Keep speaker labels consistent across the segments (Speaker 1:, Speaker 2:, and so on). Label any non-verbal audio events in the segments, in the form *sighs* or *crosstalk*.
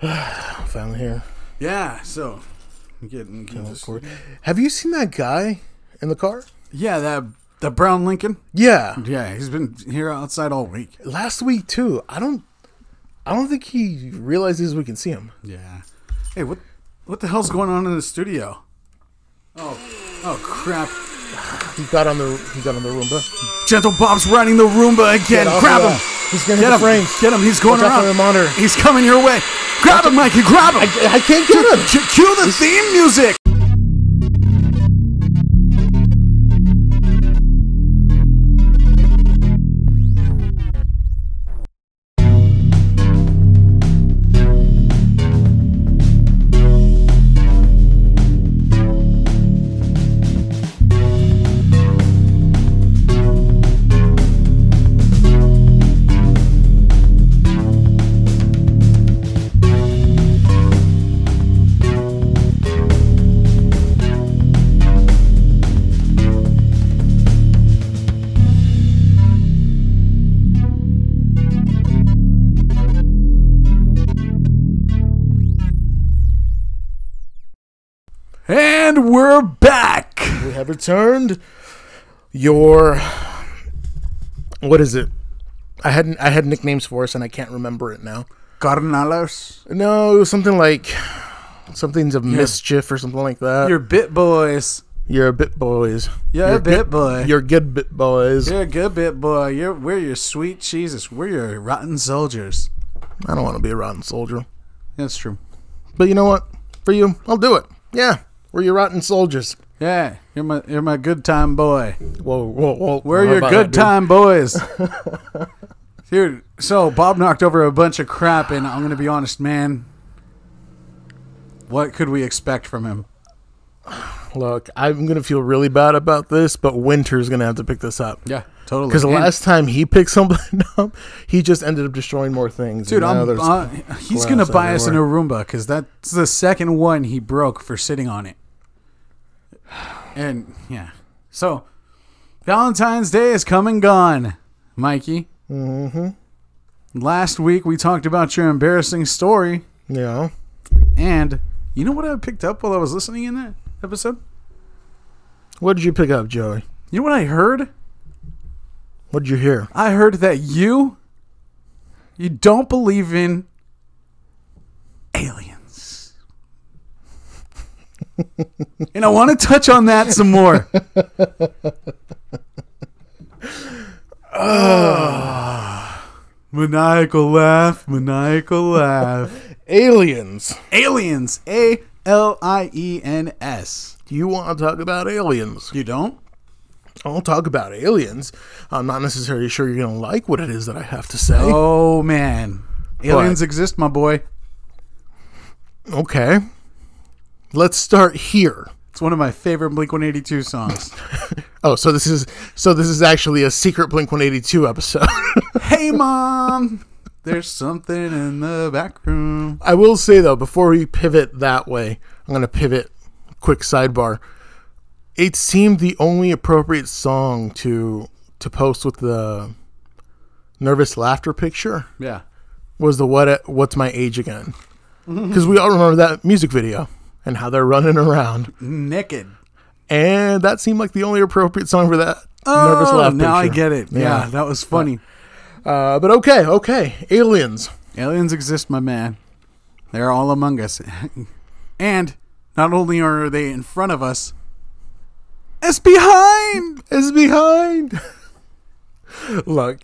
Speaker 1: Finally here.
Speaker 2: Yeah, so getting, get
Speaker 1: Of
Speaker 2: this-
Speaker 1: course. Have you seen that guy in the car?
Speaker 2: Yeah, that the brown Lincoln.
Speaker 1: Yeah.
Speaker 2: Yeah, he's been here outside all week.
Speaker 1: Last week too. I don't I don't think he realizes we can see him.
Speaker 2: Yeah. Hey, what what the hell's going on in the studio? Oh, oh crap!
Speaker 1: He got on the he got on the Roomba.
Speaker 2: Gentle Bob's riding the Roomba again.
Speaker 1: off
Speaker 2: Grab
Speaker 1: of
Speaker 2: him!
Speaker 1: that. He's gonna hit
Speaker 2: Get
Speaker 1: the
Speaker 2: him!
Speaker 1: frames.
Speaker 2: Get him! He's going
Speaker 1: Watch out for
Speaker 2: around.
Speaker 1: the monitor.
Speaker 2: He's coming your way. Grab him, Mikey! Grab him!
Speaker 1: I can't get him.
Speaker 2: Ch- cue the theme music. And we're back.
Speaker 1: We have returned your what is it? I had I had nicknames for us and I can't remember it now.
Speaker 2: Carnalos,
Speaker 1: No, it was something like something's of mischief or something like that. You're,
Speaker 2: your bit boys.
Speaker 1: a bit boys.
Speaker 2: You're a
Speaker 1: You're
Speaker 2: bit
Speaker 1: good-
Speaker 2: boy.
Speaker 1: You're good bit boys.
Speaker 2: You're a good bit boy. You're we're your sweet Jesus. We're your rotten soldiers.
Speaker 1: I don't want to be a rotten soldier.
Speaker 2: That's true.
Speaker 1: But you know what? For you, I'll do it. Yeah, we're your rotten soldiers.
Speaker 2: Yeah, you're my you're my good time boy.
Speaker 1: Whoa, whoa, whoa.
Speaker 2: We're
Speaker 1: how
Speaker 2: your
Speaker 1: about that,
Speaker 2: good
Speaker 1: dude? *laughs*
Speaker 2: time boys. Dude, so Bob knocked over a bunch of crap and I'm gonna be honest, man. What could we expect from him?
Speaker 1: Look, I'm going to feel really bad about this, but Winter's going to have to pick this up.
Speaker 2: Yeah, totally.
Speaker 1: Because the
Speaker 2: And-
Speaker 1: last time he picked *laughs* something up, he just ended up destroying more things.
Speaker 2: Dude,
Speaker 1: and now
Speaker 2: I'm,
Speaker 1: there's-
Speaker 2: uh, he's going to
Speaker 1: glass
Speaker 2: buy us an
Speaker 1: everywhere.
Speaker 2: Aruumba because that's the second one he broke for sitting on it. And yeah. So, Valentine's Day is come and gone, Mikey. Mm-hmm. Last week we talked about your embarrassing story.
Speaker 1: you know,
Speaker 2: And you know what I picked up while I was listening in that episode?
Speaker 1: what did you pick up, Joey?
Speaker 2: You know what I heard?
Speaker 1: What did you hear?
Speaker 2: I heard that you you don't believe in aliens. and I want to touch on that some more. Ah. *sighs* maniacal laugh, maniacal laugh.
Speaker 1: Aliens.
Speaker 2: aliens, A L I E N S.
Speaker 1: Do you want to talk about aliens?
Speaker 2: You don't?
Speaker 1: I'll talk about aliens. I'm not necessarily sure you're going to like what it is that I have to say.
Speaker 2: Oh man. Aliens exist, my boy.
Speaker 1: Okay. Let's start here.
Speaker 2: It's one of my favorite Blink 182 songs.
Speaker 1: Oh, so this is so this is actually a secret Blink 182 episode. *laughs*
Speaker 2: hey mom there's something in the back room
Speaker 1: I will say though, before we pivot that way, I'm gonna pivot. Quick sidebar. It seemed the only appropriate song to to post with the nervous laughter picture
Speaker 2: yeah
Speaker 1: was the what what's my age again?
Speaker 2: Mm-hmm.
Speaker 1: Because we all remember that music video and how they're running around,
Speaker 2: naked
Speaker 1: and that seemed like the only appropriate song for that nervous
Speaker 2: oh
Speaker 1: laughter.
Speaker 2: now i
Speaker 1: picture.
Speaker 2: get it yeah, that was funny
Speaker 1: Uh, but okay, okay, aliens.
Speaker 2: aliens exist my man they're all among us *laughs* and not only are they in front of us it's behind
Speaker 1: is behind. Look.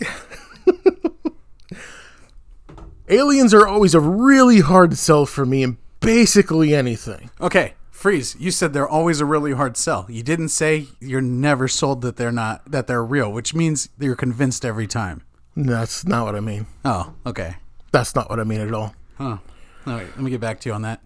Speaker 1: Aliens are always a really hard sell for me in basically anything.
Speaker 2: okay freeze you said they're always a really hard sell you didn't say you're never sold that they're not that they're real which means that you're convinced every time
Speaker 1: That's not what I mean.
Speaker 2: oh okay
Speaker 1: That's not what I mean at all.
Speaker 2: huh all right let me get back to you on that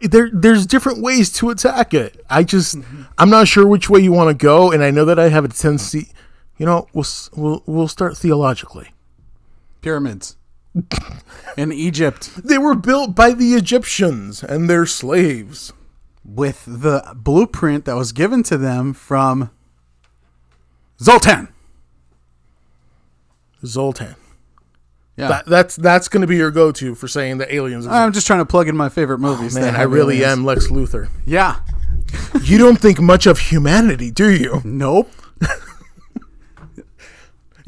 Speaker 1: There there's different ways to attack it. I just I'm not sure which way you want to go and I know that I have a tendency, you know, we'll s- we'll, we'll start theologically.
Speaker 2: pyramids in Egypt
Speaker 1: They were built by the Egyptians and their slaves.
Speaker 2: with the blueprint that was given to them from Zoltan.
Speaker 1: Zoltan.
Speaker 2: Yeah.
Speaker 1: That, that's that's going to be your go-to for saying that aliens. Exist.
Speaker 2: I'm just trying to plug in my favorite movies.
Speaker 1: Oh, Man,
Speaker 2: that
Speaker 1: I
Speaker 2: have
Speaker 1: really
Speaker 2: aliens.
Speaker 1: am Lex Luthor.
Speaker 2: Yeah.
Speaker 1: You don't think much of humanity, do you? *laughs*
Speaker 2: Nope.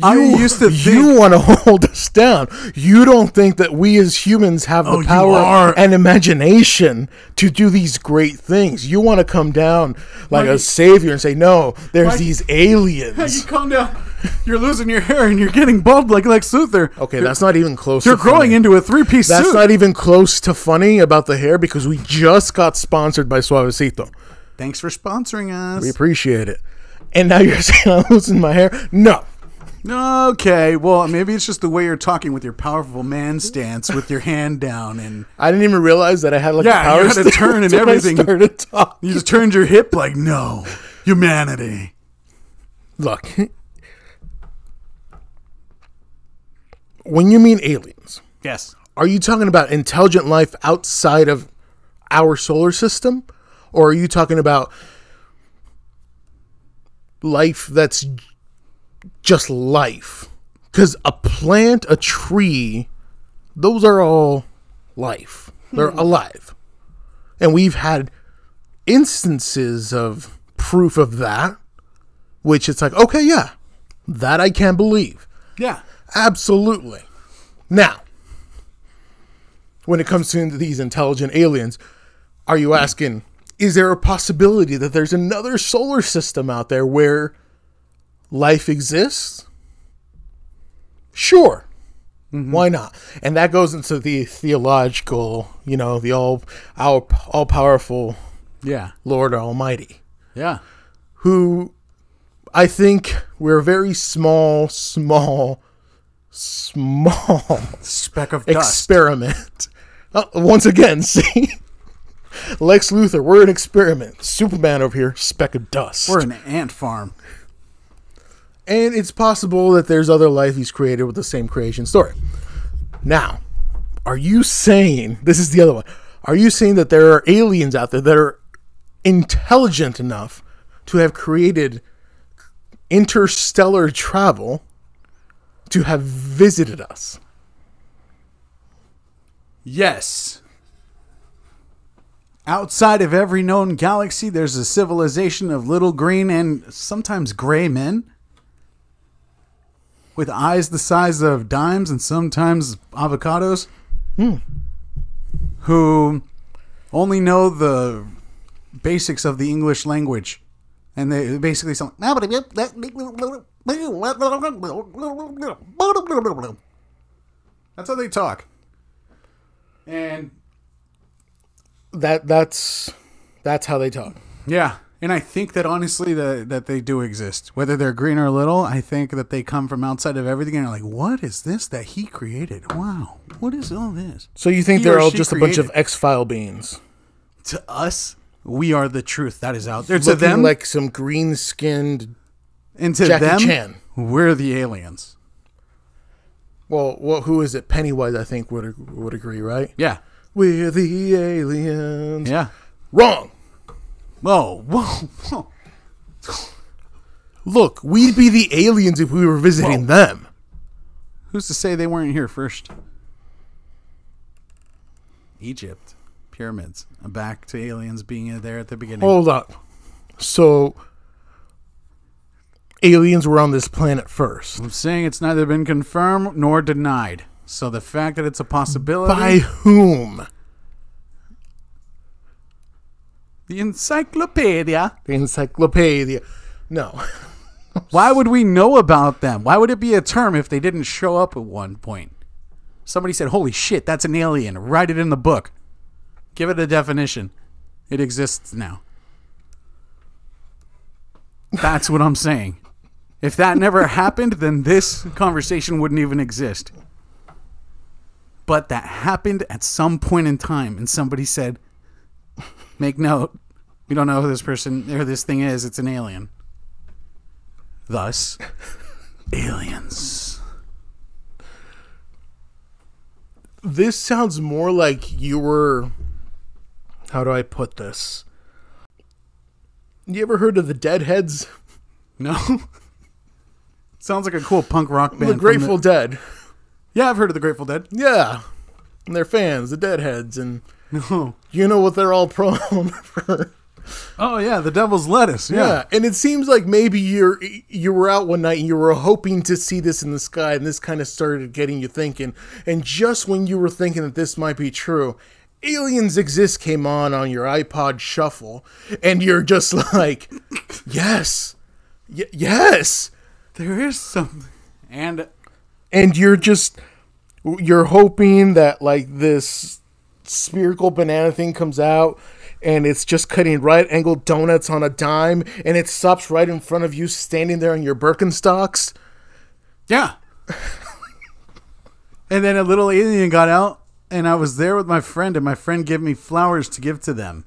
Speaker 2: I
Speaker 1: You-
Speaker 2: used to think
Speaker 1: you want to *laughs* hold us down. You don't think that we as humans have
Speaker 2: Oh,
Speaker 1: the
Speaker 2: you
Speaker 1: power
Speaker 2: are-
Speaker 1: and imagination to do these great things. You want to come down like a
Speaker 2: Mikey-
Speaker 1: savior and say, "No, there's
Speaker 2: Mikey-
Speaker 1: these
Speaker 2: *laughs* you
Speaker 1: aliens."
Speaker 2: calm down. You're losing your hair and you're getting bald like Lex Luthor.
Speaker 1: Okay,
Speaker 2: You're-
Speaker 1: that's not even close.
Speaker 2: You're
Speaker 1: to
Speaker 2: growing
Speaker 1: funny.
Speaker 2: into a three piece
Speaker 1: That's
Speaker 2: suit.
Speaker 1: not even close to funny about the hair because we just got sponsored by Suavecito.
Speaker 2: Thanks for sponsoring
Speaker 1: We
Speaker 2: us.
Speaker 1: appreciate it. And now you're *laughs* saying I'm losing my hair? No.
Speaker 2: Okay, well, maybe it's just the way you're talking with your powerful man stance with your hand down and
Speaker 1: I didn't even realize that I had like
Speaker 2: Yeah,
Speaker 1: a
Speaker 2: you
Speaker 1: power
Speaker 2: had to
Speaker 1: stance *laughs*
Speaker 2: turn and
Speaker 1: when I
Speaker 2: everything.
Speaker 1: started talking.
Speaker 2: you just turned your hip like, no, humanity.
Speaker 1: Look, when you mean aliens,
Speaker 2: Yes.
Speaker 1: are you talking about intelligent life outside of our solar system? Or are you talking about life that's j- just life? Because a plant, a tree, those are all life. They're alive. And we've had instances of proof of that, which it's like, okay, yeah, that I can believe.
Speaker 2: Yeah.
Speaker 1: Absolutely. Now, when it comes to these intelligent aliens, are you asking, is there a possibility that there's another solar system out there where life exists? Sure. Why not? And that goes into the theological, you know, the all our all powerful
Speaker 2: Yeah.
Speaker 1: Lord Almighty
Speaker 2: Yeah.
Speaker 1: who I think we're a very small, small, small
Speaker 2: Speck of dust.
Speaker 1: experiment. *laughs* Uh, once again, *laughs* see? Lex Luthor, we're an experiment. Superman over here, speck of dust.
Speaker 2: We're an ant farm.
Speaker 1: and it's possible that there's other life he's created with the same creation story. Now, are you saying this is the other one? Are you saying that there are aliens out there that are intelligent enough to have created interstellar travel to have visited us?
Speaker 2: Yes. Outside of every known galaxy, there's a civilization of little green and sometimes gray men with eyes the size of dimes and sometimes avocados who only know the basics of the English language. And they basically sound. *laughs* That's how they talk. And
Speaker 1: That that's that's how they talk.
Speaker 2: yeah, and I think that honestly that that they do exist, whether they're green or little. I think that they come from outside of everything, and are like, what is this that he created? Wow, what is all this?
Speaker 1: So you think
Speaker 2: He
Speaker 1: they're
Speaker 2: or
Speaker 1: all
Speaker 2: she
Speaker 1: just a bunch of X-file beings?
Speaker 2: To us, we are the truth that is out there. To
Speaker 1: Looking
Speaker 2: them, like
Speaker 1: like some green-skinned
Speaker 2: and to
Speaker 1: Jackie
Speaker 2: them,
Speaker 1: Chan.
Speaker 2: we're the aliens.
Speaker 1: Well, well, who is it? Pennywise, I think would would agree, right?
Speaker 2: Yeah,
Speaker 1: We're the aliens.
Speaker 2: yeah.
Speaker 1: Wrong.
Speaker 2: Whoa, whoa, whoa.
Speaker 1: Look, we'd be the aliens if we were visiting them.
Speaker 2: Who's to say they weren't here first? Egypt, pyramids, back to aliens being there at the beginning.
Speaker 1: Hold up. So, aliens were on this planet first.
Speaker 2: I'm saying it's neither been confirmed nor denied. So the fact that it's a possibility,
Speaker 1: By whom?
Speaker 2: the encyclopedia.
Speaker 1: The encyclopedia. No. *laughs*
Speaker 2: Why would we know about them? Why would it be a term if they didn't show up at one point? Somebody said, "Holy shit, that's an alien." Write it in the book. Give it a definition. It exists now. That's what I'm saying. If that never happened, then this conversation wouldn't even exist. But that happened at some point in time, and somebody said, Make note, we don't know who this person or this thing is, it's an alien. Thus, aliens.
Speaker 1: This sounds more like you were. How do I put this? You ever heard of the Deadheads?
Speaker 2: No? *laughs* Sounds like a cool punk rock band.
Speaker 1: The
Speaker 2: from
Speaker 1: Grateful Dead.
Speaker 2: Yeah, I've heard of the Grateful Dead.
Speaker 1: Yeah. And their fans, the Deadheads, and
Speaker 2: No.
Speaker 1: you know what they're all prone *laughs* for.
Speaker 2: *laughs* Oh yeah, the Devil's Lettuce.
Speaker 1: Yeah.
Speaker 2: Yeah.
Speaker 1: and it seems like maybe you're you were out one night and you were hoping to see this in the sky, and this kind of started getting you thinking. And just when you were thinking that this might be true, Aliens Exist came on on your iPod shuffle, and you're just *laughs* like, yes, y- yes,
Speaker 2: There is something. And
Speaker 1: and you're just you're hoping that like this spherical banana thing comes out and it's just cutting right angled donuts on a dime and it stops right in front of you standing there in your Birkenstocks.
Speaker 2: yeah. and then a little alien got out, and I was there with my friend, and my friend gave me flowers to give to them.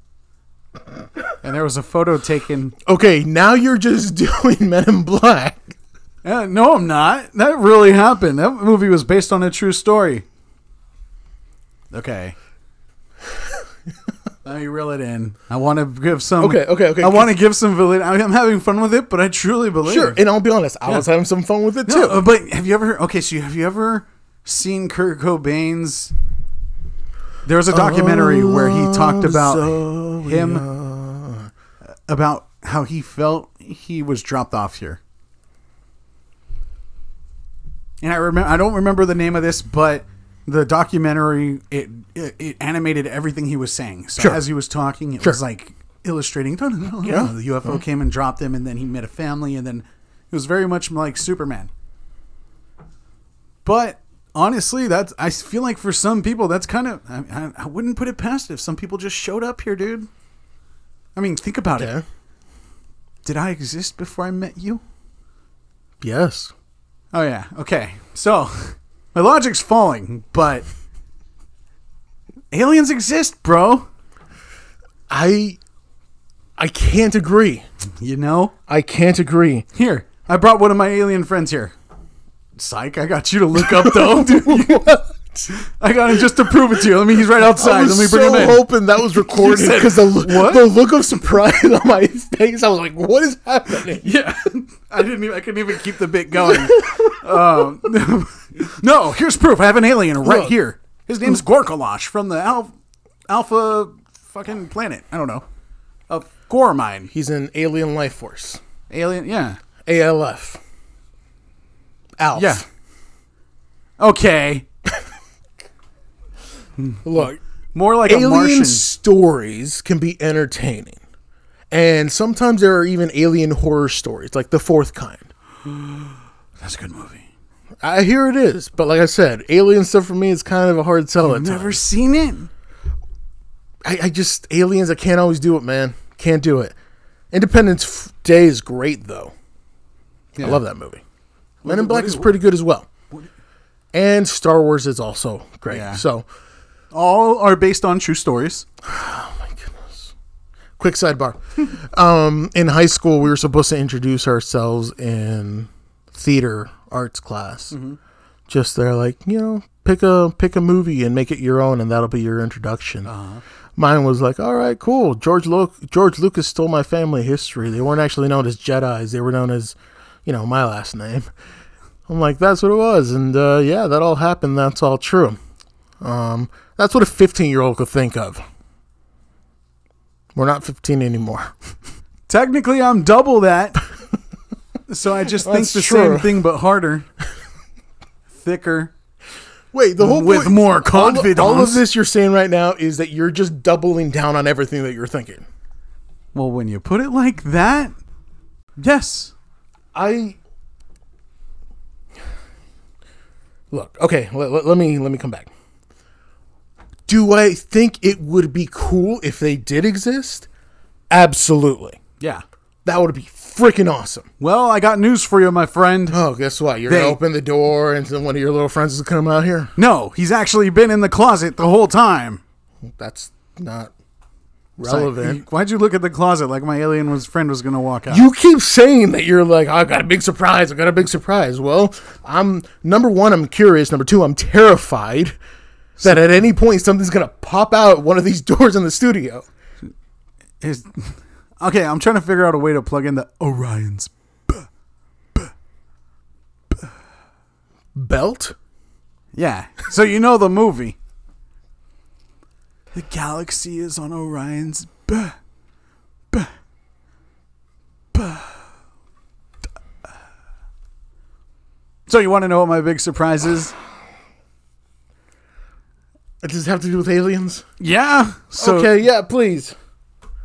Speaker 2: And there was a photo taken.
Speaker 1: Okay, now you're just *laughs* doing Men in Black.
Speaker 2: Uh, no, I'm not. That really happened. That movie was based on a true story. Okay. Let me reel it in. I want to give some.
Speaker 1: Okay, okay, okay.
Speaker 2: I want to give some validity. I'm having fun with it, but I truly believe.
Speaker 1: Sure, and I'll be honest, I was having some fun with it too.
Speaker 2: No, uh, but have you ever? Okay, so you- have you ever seen Kurt Cobain's? There was a documentary where he talked about
Speaker 1: Oh, so
Speaker 2: him, about how he felt he was dropped off here. And I remember, I don't remember the name of this, but the documentary it it, it animated everything he was saying. So
Speaker 1: Sure.
Speaker 2: as he was talking, it was like illustrating. *laughs* "Dun, dun, dun, dun."
Speaker 1: Yeah.
Speaker 2: the UFO came and dropped him, and then he met a family, and then it was very much like Superman. But honestly, that's I feel like for some people that's kind of I, I, I wouldn't put it past it if some people just showed up here, dude. I mean, think about
Speaker 1: Yeah.
Speaker 2: it. Did I exist before I met you?
Speaker 1: Yes.
Speaker 2: Oh yeah. Okay. So *laughs* my logic's falling, but aliens exist, bro.
Speaker 1: I I can't agree.
Speaker 2: You know.
Speaker 1: I can't agree.
Speaker 2: Here, I brought one of my alien friends here. Psych, I got you to look up though.
Speaker 1: *laughs*
Speaker 2: I got him just to prove it to you. Let me. He's right outside.
Speaker 1: I
Speaker 2: Let
Speaker 1: was
Speaker 2: me bring
Speaker 1: so
Speaker 2: him in.
Speaker 1: hoping that *laughs* was recorded
Speaker 2: said,
Speaker 1: because the, lo-
Speaker 2: "What?"
Speaker 1: the look of surprise *laughs* on my face, I was like, "What is happening?"
Speaker 2: Yeah, *laughs* I didn't. Even, I couldn't even keep the bit going. um, *laughs* no, here's proof. I have an alien right
Speaker 1: Look.
Speaker 2: here. His name's Gorkalosh from the Alpha, Alpha fucking planet. I don't know. Of Gormine.
Speaker 1: He's an alien life force,
Speaker 2: Alien. Yeah.
Speaker 1: ALF, ALF.
Speaker 2: Yeah. Okay.
Speaker 1: Look,
Speaker 2: More like a
Speaker 1: alien
Speaker 2: Martian.
Speaker 1: stories can be entertaining, and sometimes there are even alien horror stories, like the fourth kind.
Speaker 2: That's a good movie.
Speaker 1: I hear it is, but like I said, alien stuff for me is kind of a hard sell at times.
Speaker 2: Never seen it.
Speaker 1: I, I just aliens. I can't always do it, man. Can't do it. Independence F- Day is great though. I
Speaker 2: Yeah.
Speaker 1: love that movie. Men in
Speaker 2: what
Speaker 1: Black
Speaker 2: is-
Speaker 1: is pretty good as well. And Star Wars is also great.
Speaker 2: Yeah.
Speaker 1: So,
Speaker 2: All are based on true stories.
Speaker 1: quick sidebar. um, in high school, we were supposed to introduce ourselves in theater arts class. Just they're like, you know, pick a pick a movie and make it your own, and that'll be your introduction. Mine was like, all right, cool. George Lo- George Lucas stole my family history. They weren't actually known as Jedi's. They were known as, you know, my last name. *laughs* I'm like, that's what it was, and uh, yeah, that all happened. That's all true. Um, that's what a 15 year old could think of. We're not 15 anymore.
Speaker 2: Technically, I'm
Speaker 1: *laughs*
Speaker 2: double that. so I just think
Speaker 1: That's
Speaker 2: the
Speaker 1: true.
Speaker 2: same thing, but harder, thicker.
Speaker 1: Wait, the whole
Speaker 2: With
Speaker 1: point- all
Speaker 2: more
Speaker 1: of- All, of
Speaker 2: confidence.
Speaker 1: this you're saying right now is that you're just doubling down on everything that you're thinking.
Speaker 2: Well, when you put it like that, yes.
Speaker 1: I look okay. Let, let, let me let me come back. Do I think it would be cool if they did exist? Absolutely.
Speaker 2: Yeah.
Speaker 1: That would be freaking awesome.
Speaker 2: Well, I got news for you, my friend.
Speaker 1: Oh, guess what? You're
Speaker 2: They-
Speaker 1: gonna open the door, and then one of your little friends is gonna come out here.
Speaker 2: No, he's actually been in the closet the whole time.
Speaker 1: That's not
Speaker 2: It's like,
Speaker 1: relevant.
Speaker 2: you- why'd you look at the closet like my alien was friend was gonna walk out?
Speaker 1: You keep saying that you're like, I got a big surprise. I got a big surprise. Well, I'm number one, I'm curious. Number two, I'm terrified that at any point something's gonna pop out one of these *laughs* doors in the studio.
Speaker 2: Is- *laughs* okay, I'm trying to figure out a way to plug in the Orion's.
Speaker 1: Belt?
Speaker 2: Yeah. So you know the movie. The galaxy is on Orion's. B- b- b- So you want to know what my big surprise is?
Speaker 1: Does it have to do with aliens?
Speaker 2: Yeah. So
Speaker 1: okay, yeah, please.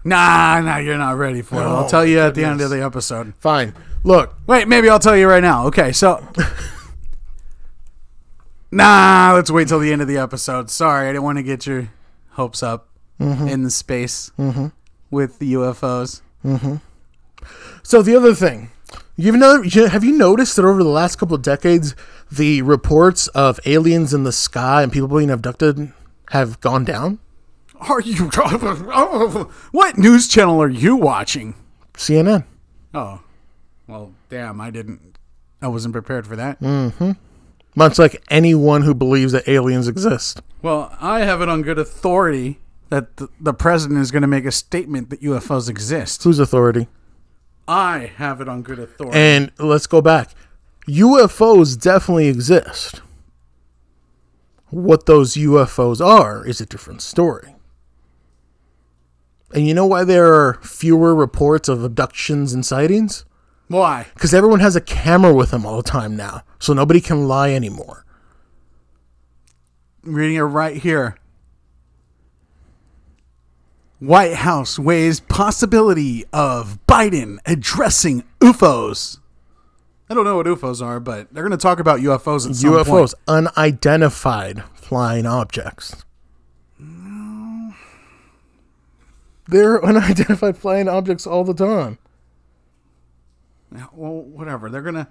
Speaker 2: nah, nah, you're not ready for it. I'll
Speaker 1: Oh,
Speaker 2: tell you at the end of the episode.
Speaker 1: Fine. Look,
Speaker 2: Wait, maybe I'll tell you right now. Okay, *laughs* so. nah, let's wait till the end of the episode. Sorry, I didn't want to get your hopes up in the space with the UFOs.
Speaker 1: so the other thing, you've know, have you noticed that over the last couple of decades, the reports of aliens in the sky and people being abducted have gone down?
Speaker 2: Are you. *laughs* what news channel are you watching?
Speaker 1: CNN.
Speaker 2: Oh, well, damn, I didn't. I wasn't prepared for that.
Speaker 1: Much like anyone who believes that aliens exist.
Speaker 2: Well, I have it on good authority that the, the president is going to make a statement that UFOs exist.
Speaker 1: Whose authority?
Speaker 2: I have it on good authority.
Speaker 1: And let's go back. UFOs definitely exist. What those UFOs are is a different story. And you know why there are fewer reports of abductions and sightings?
Speaker 2: Why?
Speaker 1: Because everyone has a camera with them all the time now, so nobody can lie anymore.
Speaker 2: I'm reading it right here. White House weighs possibility of Biden addressing UFOs. I don't know what UFOs are, but they're going to talk about UFOs at some
Speaker 1: UFOs,
Speaker 2: point.
Speaker 1: unidentified flying objects. They're *laughs* unidentified flying objects all the time.
Speaker 2: Well, whatever. They're going to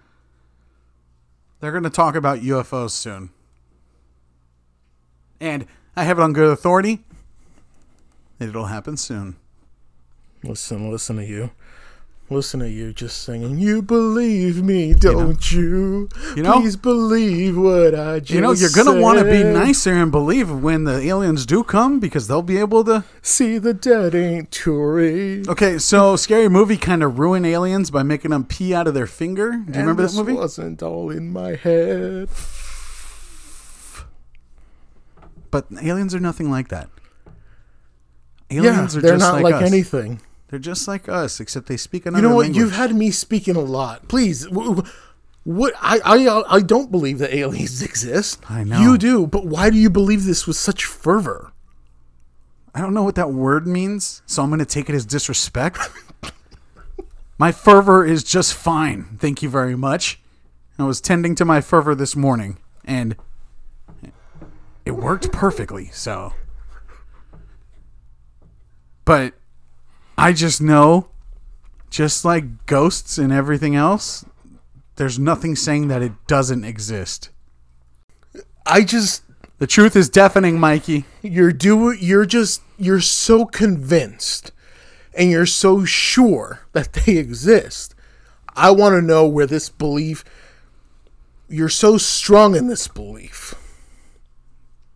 Speaker 2: they're going to talk about UFOs soon. And I have it on good authority. that It'll happen soon.
Speaker 1: Listen, listen to you. Listen to you just singing, You believe me, don't you?
Speaker 2: You know-
Speaker 1: Please believe what I just
Speaker 2: You know, you're going to want to be
Speaker 1: said.
Speaker 2: nicer and believe when the aliens do come because they'll be able to
Speaker 1: See, the dead ain't Tory.
Speaker 2: Okay, so scary movie kind of ruined aliens by making them pee out of their finger. Do you remember that movie?
Speaker 1: wasn't all in my head.
Speaker 2: But aliens are nothing like that.
Speaker 1: Yeah,
Speaker 2: Aliens are
Speaker 1: they're
Speaker 2: just
Speaker 1: not
Speaker 2: like,
Speaker 1: like,
Speaker 2: us.
Speaker 1: anything.
Speaker 2: They're just like us, except they speak
Speaker 1: You
Speaker 2: another
Speaker 1: know what?
Speaker 2: language.
Speaker 1: You've had me speaking a lot. Please, w- w- what? I, I I don't believe that aliens *laughs* exist.
Speaker 2: I know.
Speaker 1: you do, but why do you believe this with such fervor?
Speaker 2: I don't know what that word means, so I'm going to take it as disrespect. my fervor is just fine. Thank you very much. I was tending to my fervor this morning, and it worked perfectly, so. But I just know, just like ghosts and everything else, there's nothing saying that it doesn't exist.
Speaker 1: I just
Speaker 2: The truth is deafening, Mikey.
Speaker 1: you're do you're just you're so convinced and you're so sure that they exist i want to know where this belief you're so strong in this belief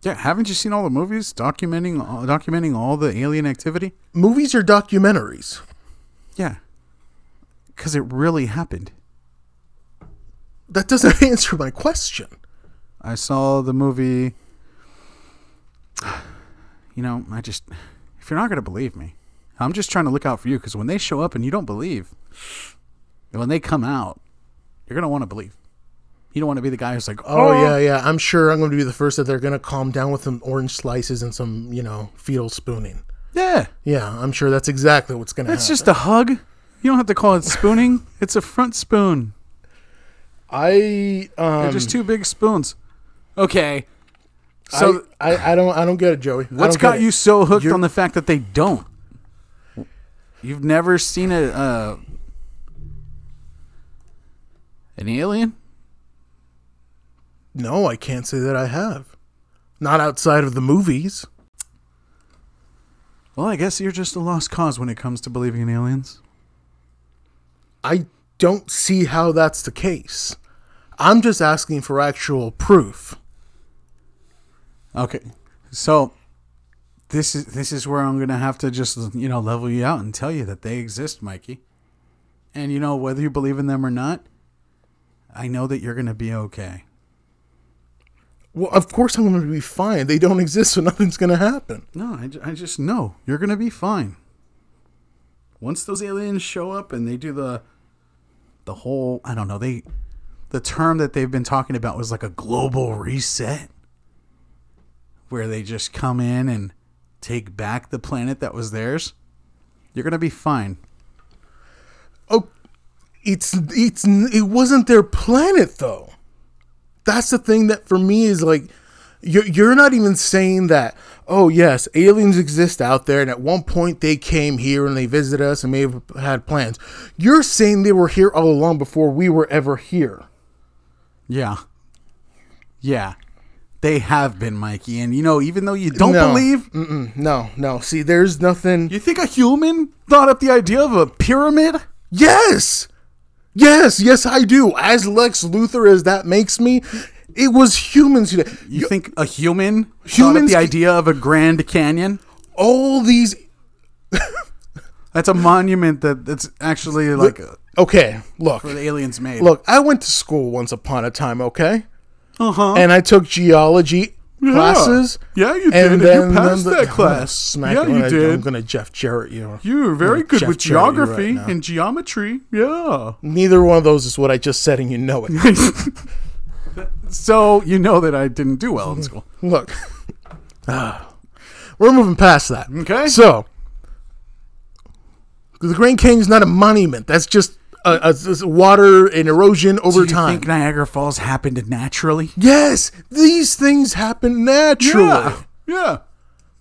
Speaker 2: Yeah, haven't you seen all the movies documenting all, documenting all the alien activity?
Speaker 1: movies or documentaries
Speaker 2: Yeah, because it really happened.
Speaker 1: that doesn't *laughs* answer my question
Speaker 2: I saw the movie. *sighs* You know, I just if you're not gonna believe me, I'm just trying to look out for you because when they show up and you don't believe, and when they come out, you're gonna want to believe. You don't want to be the guy who's like,
Speaker 1: oh yeah yeah i'm sure i'm going to be the first that they're going to calm down with some orange slices and some you know fetal spooning
Speaker 2: yeah,
Speaker 1: yeah i'm sure that's exactly what's going to happen
Speaker 2: it's just a hug. You don't have to call it spooning. it's a front spoon.
Speaker 1: i um,
Speaker 2: They're just two big spoons. Okay. So
Speaker 1: I, I, I don't i don't get it joey I
Speaker 2: what's
Speaker 1: don't get
Speaker 2: got
Speaker 1: it.
Speaker 2: you so hooked
Speaker 1: You're-
Speaker 2: on the fact that they don't? You've never seen a uh, an alien?
Speaker 1: No, I can't say that I have. Not outside of the movies.
Speaker 2: Well, I guess you're just a lost cause when it comes to believing in aliens.
Speaker 1: I don't see how that's the case. I'm just asking for actual proof.
Speaker 2: Okay. So this is this is where I'm gonna have to just you know level you out and tell you that they exist, Mikey. And you know whether you believe in them or not, I know that you're gonna be okay.
Speaker 1: Well, of course I'm going to be fine. They don't *laughs* exist, so nothing's going to happen.
Speaker 2: No, I, ju- I just know you're gonna be fine. Once those aliens show up and they do the, the whole I don't know they, the term that they've been talking about was like a global reset, where they just come in and take back the planet that was theirs. You're gonna be fine.
Speaker 1: Oh, it's it's it wasn't their planet though. That's the thing that for me is like, you're you're not even saying that. Oh yes, aliens exist out there, and at one point they came here and they visited us and may have had plans. You're saying they were here all along before we were ever here.
Speaker 2: Yeah. Yeah. They have been, Mikey. And you know, even though you don't
Speaker 1: No.
Speaker 2: believe,
Speaker 1: Mm-mm, no, no. See, there's nothing.
Speaker 2: you think a human thought up the idea of a pyramid?
Speaker 1: Yes. Yes, yes, I do. As Lex Luthor as that makes me, it was humans who did.
Speaker 2: You think a human thought up
Speaker 1: Humans-
Speaker 2: the idea of a Grand Canyon?
Speaker 1: all these
Speaker 2: That's a monument that that's actually like uh,
Speaker 1: Okay, look.
Speaker 2: the aliens made.
Speaker 1: Look, I went to school once upon a time, okay?
Speaker 2: uh-huh.
Speaker 1: And I took geology classes.
Speaker 2: Yeah, you did, and you passed
Speaker 1: *laughs*
Speaker 2: that
Speaker 1: I'm gonna
Speaker 2: class.
Speaker 1: Smack
Speaker 2: Yeah,
Speaker 1: I'm
Speaker 2: you
Speaker 1: gonna-
Speaker 2: did.
Speaker 1: I'm going to Jeff Jarrett you.
Speaker 2: You're very good
Speaker 1: Jeff
Speaker 2: with
Speaker 1: Jarrett, you're
Speaker 2: geography
Speaker 1: right now.
Speaker 2: and geometry. *laughs* Yeah.
Speaker 1: Neither one of those is what I just said, and you know
Speaker 2: *laughs*
Speaker 1: it.
Speaker 2: so you know that I didn't do well in school.
Speaker 1: Look, Ah. we're moving past that.
Speaker 2: Okay.
Speaker 1: So, the Grand Canyon's not a monument. That's just a, a- s- water and erosion over
Speaker 2: Do you
Speaker 1: time.
Speaker 2: think Niagara Falls happened naturally?
Speaker 1: yes, these things happen naturally.
Speaker 2: Yeah, yeah,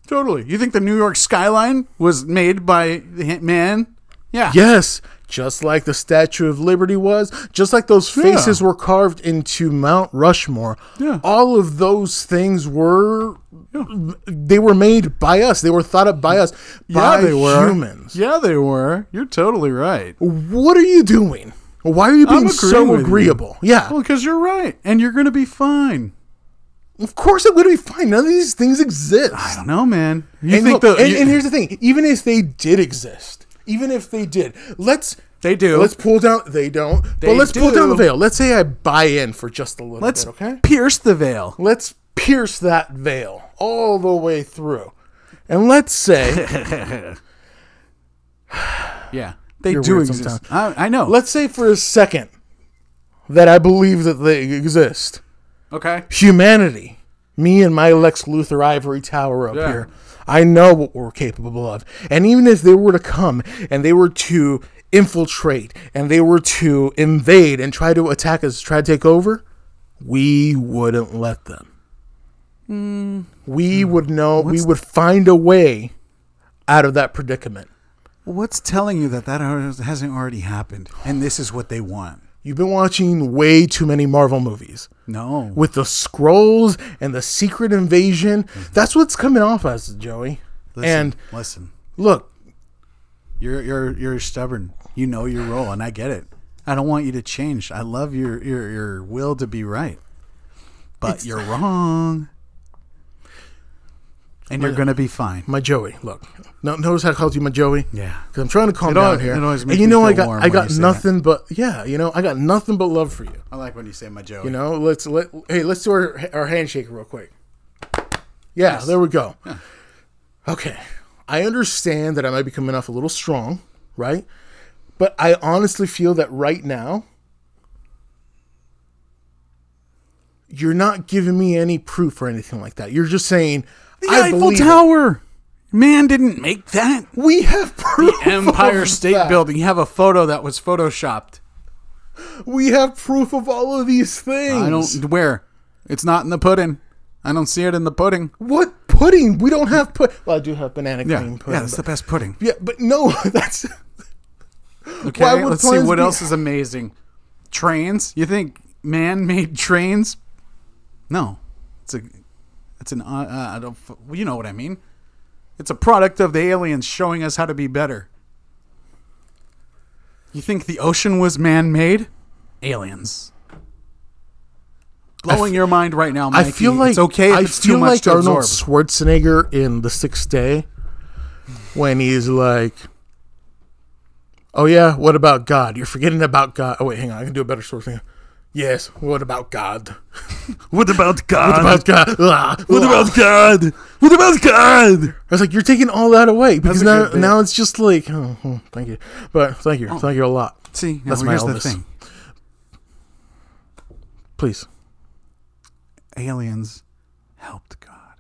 Speaker 2: totally. You think the New York skyline was made by the hit man? Yeah.
Speaker 1: Yes, just like the Statue of Liberty was, just like those faces were carved into Mount Rushmore.
Speaker 2: Yeah.
Speaker 1: All of those things were they were made by us. They were thought up by us by
Speaker 2: they were.
Speaker 1: humans.
Speaker 2: Yeah, they were. You're totally right.
Speaker 1: What are you doing? Why are you being
Speaker 2: agreeing
Speaker 1: so
Speaker 2: with you.
Speaker 1: agreeable? Yeah.
Speaker 2: Well, because you're right, and you're gonna be fine.
Speaker 1: Of course, I'm going to be fine. None of these things exist.
Speaker 2: I don't know, man. You
Speaker 1: And,
Speaker 2: think
Speaker 1: look,
Speaker 2: the
Speaker 1: and,
Speaker 2: you-
Speaker 1: and here's the thing: even if they did exist, even if they did, let's
Speaker 2: They do.
Speaker 1: Let's pull down. They don't. but let's pull down the
Speaker 2: do.
Speaker 1: veil. Let's say I buy in for just a little
Speaker 2: let's
Speaker 1: bit. Okay.
Speaker 2: pierce the veil?
Speaker 1: Let's pierce that veil all the way through, and let's
Speaker 2: *laughs*
Speaker 1: say,
Speaker 2: Yeah, they
Speaker 1: You're
Speaker 2: do
Speaker 1: weird
Speaker 2: exist. I, I know.
Speaker 1: let's say for a second that I believe that they exist.
Speaker 2: okay.
Speaker 1: humanity, me and my Lex Luthor ivory tower up
Speaker 2: Yeah.
Speaker 1: here, I know what we're capable of. And even if they were to come and they were to infiltrate and they were to invade and try to attack us, try to take over, we wouldn't let them. We would know, we would find a way out of that predicament.
Speaker 2: What's telling you that that hasn't already happened, and this is what they want?
Speaker 1: You've been watching way too many Marvel movies.
Speaker 2: No.
Speaker 1: With the scrolls and the secret invasion, that's what's coming off us, Joey.
Speaker 2: Mm-hmm. Listen,
Speaker 1: and
Speaker 2: listen.
Speaker 1: Look,
Speaker 2: You're you're you're stubborn. You know your role, and I get it. I don't want you to change. I love your your your will to be right, but you're wrong, and you're gonna be fine.
Speaker 1: my Joey. Look, no, notice how I called you my Joey.
Speaker 2: Yeah.
Speaker 1: because I'm trying to calm
Speaker 2: It
Speaker 1: down
Speaker 2: always-
Speaker 1: here.
Speaker 2: it always
Speaker 1: and
Speaker 2: makes
Speaker 1: you
Speaker 2: me
Speaker 1: know, I
Speaker 2: feel
Speaker 1: got
Speaker 2: warm
Speaker 1: I
Speaker 2: when you
Speaker 1: got
Speaker 2: say that.
Speaker 1: nothing but yeah. You know, I got nothing but love for you.
Speaker 2: I like when you say my Joey.
Speaker 1: You know, let's let hey, let's do our our handshake real quick. Yeah, there we go. Okay, I understand that I might be coming off a little strong, right? But I honestly feel that right now. You're not giving me any proof or anything like that. You're just saying,
Speaker 2: the
Speaker 1: I
Speaker 2: Eiffel
Speaker 1: believe it."
Speaker 2: Tower. Man didn't make
Speaker 1: *laughs*
Speaker 2: that.
Speaker 1: We have proof.
Speaker 2: Empire
Speaker 1: of
Speaker 2: State
Speaker 1: that.
Speaker 2: Building. You have a photo that was photoshopped.
Speaker 1: We have proof of all of these things.
Speaker 2: I don't where. It's not in the pudding. I don't see it in the pudding.
Speaker 1: What pudding? We don't have put. Well, I do have banana
Speaker 2: Yeah,
Speaker 1: cream
Speaker 2: yeah,
Speaker 1: pudding.
Speaker 2: that's the
Speaker 1: but-
Speaker 2: best pudding.
Speaker 1: Yeah, but no, *laughs* that's
Speaker 2: Okay,
Speaker 1: Why would
Speaker 2: let's see
Speaker 1: planes
Speaker 2: what
Speaker 1: be-
Speaker 2: else is amazing. Trains? You think man-made trains? No, it's a, it's an. Uh, uh, I don't. f- well, You know what I mean? It's a product of the aliens showing us how to be better. You think the ocean was man-made? Aliens. Blowing your mind right now,
Speaker 1: I
Speaker 2: Mikey.
Speaker 1: feel like
Speaker 2: it's okay. If
Speaker 1: I
Speaker 2: it's
Speaker 1: feel
Speaker 2: too much
Speaker 1: like
Speaker 2: to
Speaker 1: Arnold
Speaker 2: absorb.
Speaker 1: Schwarzenegger in The Sixth Day, when he's like, "Oh yeah, what about God? You're forgetting about God." Oh wait, hang on, I can do a better Schwarzenegger. Yes. What about God?
Speaker 2: What about God?
Speaker 1: What about God? Ah, ah.
Speaker 2: God? What about God?
Speaker 1: I was like, you're taking all that away because
Speaker 2: a
Speaker 1: now,
Speaker 2: good bit. Oh.
Speaker 1: now it's just like, oh, oh, thank you, but thank you, thank you a lot.
Speaker 2: See, now
Speaker 1: That's my
Speaker 2: here's the
Speaker 1: Elvis.
Speaker 2: thing:
Speaker 1: Please,
Speaker 2: aliens helped God.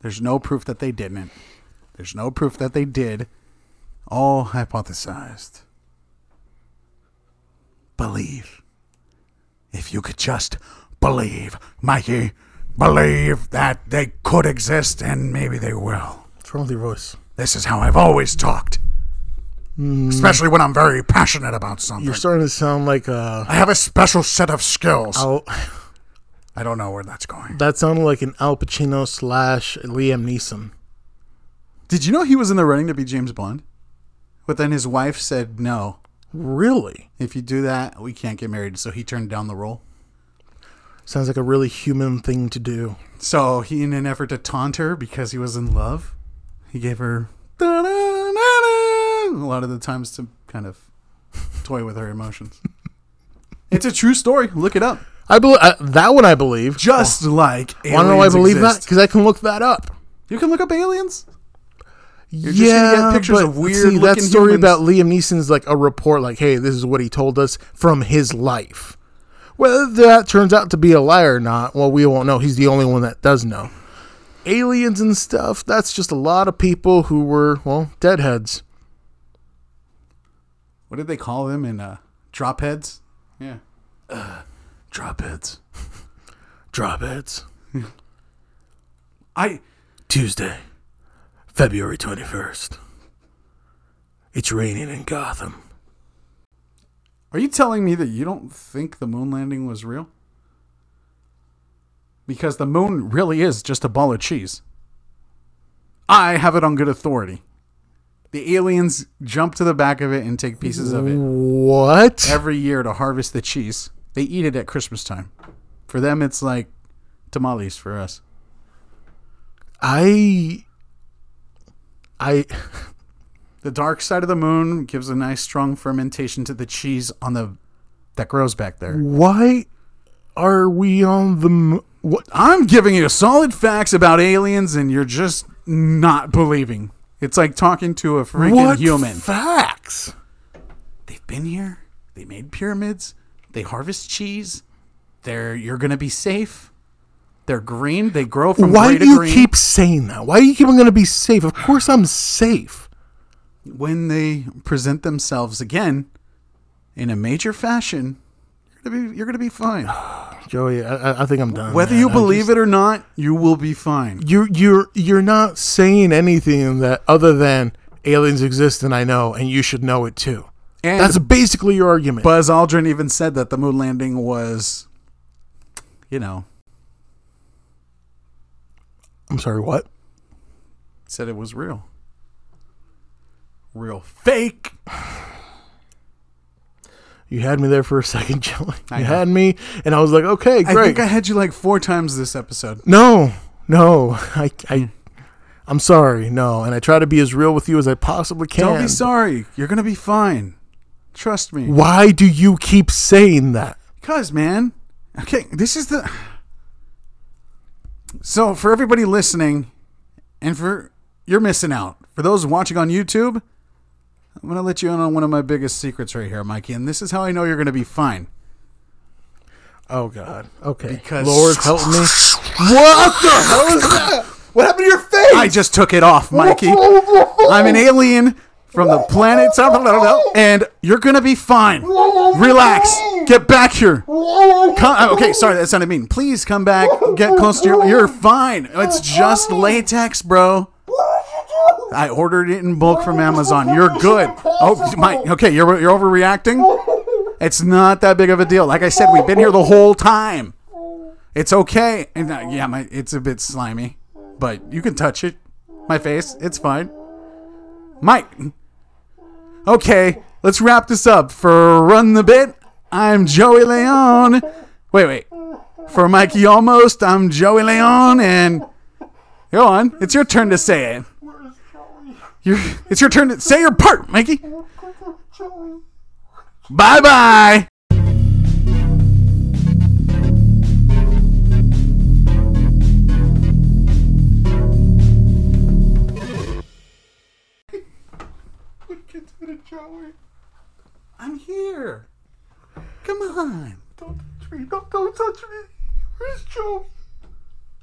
Speaker 2: There's no proof that they didn't. There's no proof that they did. All hypothesized. Believe. If you could just believe, Mikey, believe that they could exist and maybe they will.
Speaker 1: what's wrong with your voice?
Speaker 2: This is how I've always talked. Especially when I'm very passionate about something.
Speaker 1: You're starting to sound like uh,
Speaker 2: I have a special set of skills.
Speaker 1: Al, *laughs*
Speaker 2: I don't know where that's going.
Speaker 1: that sounded like an Al Pacino slash Liam Neeson.
Speaker 2: Did you know he was in the running to be James Bond? But then his wife said, no,
Speaker 1: Really,
Speaker 2: if you do that, we can't get married. So he turned down the role.
Speaker 1: sounds like a really human thing to do.
Speaker 2: So he, in an effort to taunt her because he was in love, he gave her "Da-da-da-da," a lot of the times to kind of toy with
Speaker 1: *laughs*
Speaker 2: her emotions. It's a true story. Look it up.
Speaker 1: I believe uh, that one. I believe.
Speaker 2: Just like
Speaker 1: Why
Speaker 2: aliens
Speaker 1: do I believe that?
Speaker 2: exist.
Speaker 1: Because I can look that up.
Speaker 2: You can look up aliens.
Speaker 1: You're
Speaker 2: just gonna get pictures of weird-looking
Speaker 1: that story
Speaker 2: humans.
Speaker 1: about Liam Neeson's like a report, like, "Hey, this is what he told us from his life." Whether that turns out to be a lie or not, well, we won't know. He's the only one that does know. Aliens and stuff. That's just a lot of people who were well deadheads.
Speaker 2: what did they call them in uh, drop heads? Yeah. Uh, drop heads. *laughs*
Speaker 1: Drawbeds.
Speaker 2: I
Speaker 1: Tuesday, February twenty first. It's raining in Gotham.
Speaker 2: are you telling me that you don't think the moon landing was real? Because the moon really is just a ball of cheese. I have it on good authority. The aliens jump to the back of it and take pieces of it
Speaker 1: What?
Speaker 2: every year to harvest the cheese. They eat it at Christmas time. For them, it's like tamales for us.
Speaker 1: I. I.
Speaker 2: The dark side of the moon gives a nice strong fermentation to the cheese on the that grows back there.
Speaker 1: Why are we on the m- what?
Speaker 2: I'm giving you solid facts about aliens and you're just not believing. It's like talking to a freaking
Speaker 1: What
Speaker 2: human.
Speaker 1: facts?
Speaker 2: They've been here. They made pyramids. They harvest cheese. They're you're going to be safe. They're green. They grow from
Speaker 1: Why do
Speaker 2: gray to
Speaker 1: you
Speaker 2: green.
Speaker 1: keep saying that? Why do you keep I'm going to be safe? Of course I'm safe.
Speaker 2: when they present themselves again in a major fashion, you're going to be you're going to be fine.
Speaker 1: Joey, I, I- I think I'm done.
Speaker 2: Whether
Speaker 1: Oh, man.
Speaker 2: you
Speaker 1: I
Speaker 2: believe it or not, you will be fine.
Speaker 1: just- you you're you're not saying anything that other than aliens exist and I know and you should know it too.
Speaker 2: And
Speaker 1: That's basically your argument.
Speaker 2: Buzz Aldrin even said that the moon landing was, you know,
Speaker 1: I'm sorry, what?
Speaker 2: said it was real. Real fake.
Speaker 1: You had me there for a *laughs* second, Joey. You
Speaker 2: know.
Speaker 1: had me and I was like, "Okay,
Speaker 2: I
Speaker 1: great."
Speaker 2: think I had you like four times this episode.
Speaker 1: No, no, I, I, I'm sorry, no, and I try to be as real with you as I possibly can.
Speaker 2: Don't be sorry. You're going to be fine. Trust me.
Speaker 1: Why do you keep saying that?
Speaker 2: Because, man. Okay, this is the. So, for everybody listening, and for. You're missing out. For those watching on YouTube, I'm going to let you in on one of my biggest secrets right here, Mikey. And this is how I know you're going to be fine.
Speaker 1: Oh God. Okay.
Speaker 2: Because- *laughs*
Speaker 1: Lord help me. What the hell is that? What happened to your face?
Speaker 2: I just took it off, Mikey. I'm an alien from the planet, and you're gonna be fine. Relax. Get back here. Come, uh, okay, sorry, that sounded mean. Please come back. Get close to your. You're fine. It's just latex, bro. I ordered it in bulk from Amazon. You're good. Oh, Mike. Okay, you're you're overreacting. It's not that big of a deal. Like I said, we've been here the whole time. It's okay. And uh, yeah, my it's a bit slimy, but you can touch it. My face, it's fine. Mike. Okay, let's wrap this up for run the bit. I'm Joey Leon. Wait, wait. For Mikey almost, I'm Joey Leon, and go on. It's your turn to say it. You're, it's your turn to say your part, Mikey. Bye bye.
Speaker 3: Kids in a shower.
Speaker 2: I'm here. Come on.
Speaker 3: Don't touch me. Don't, don't touch me. Where's Joey?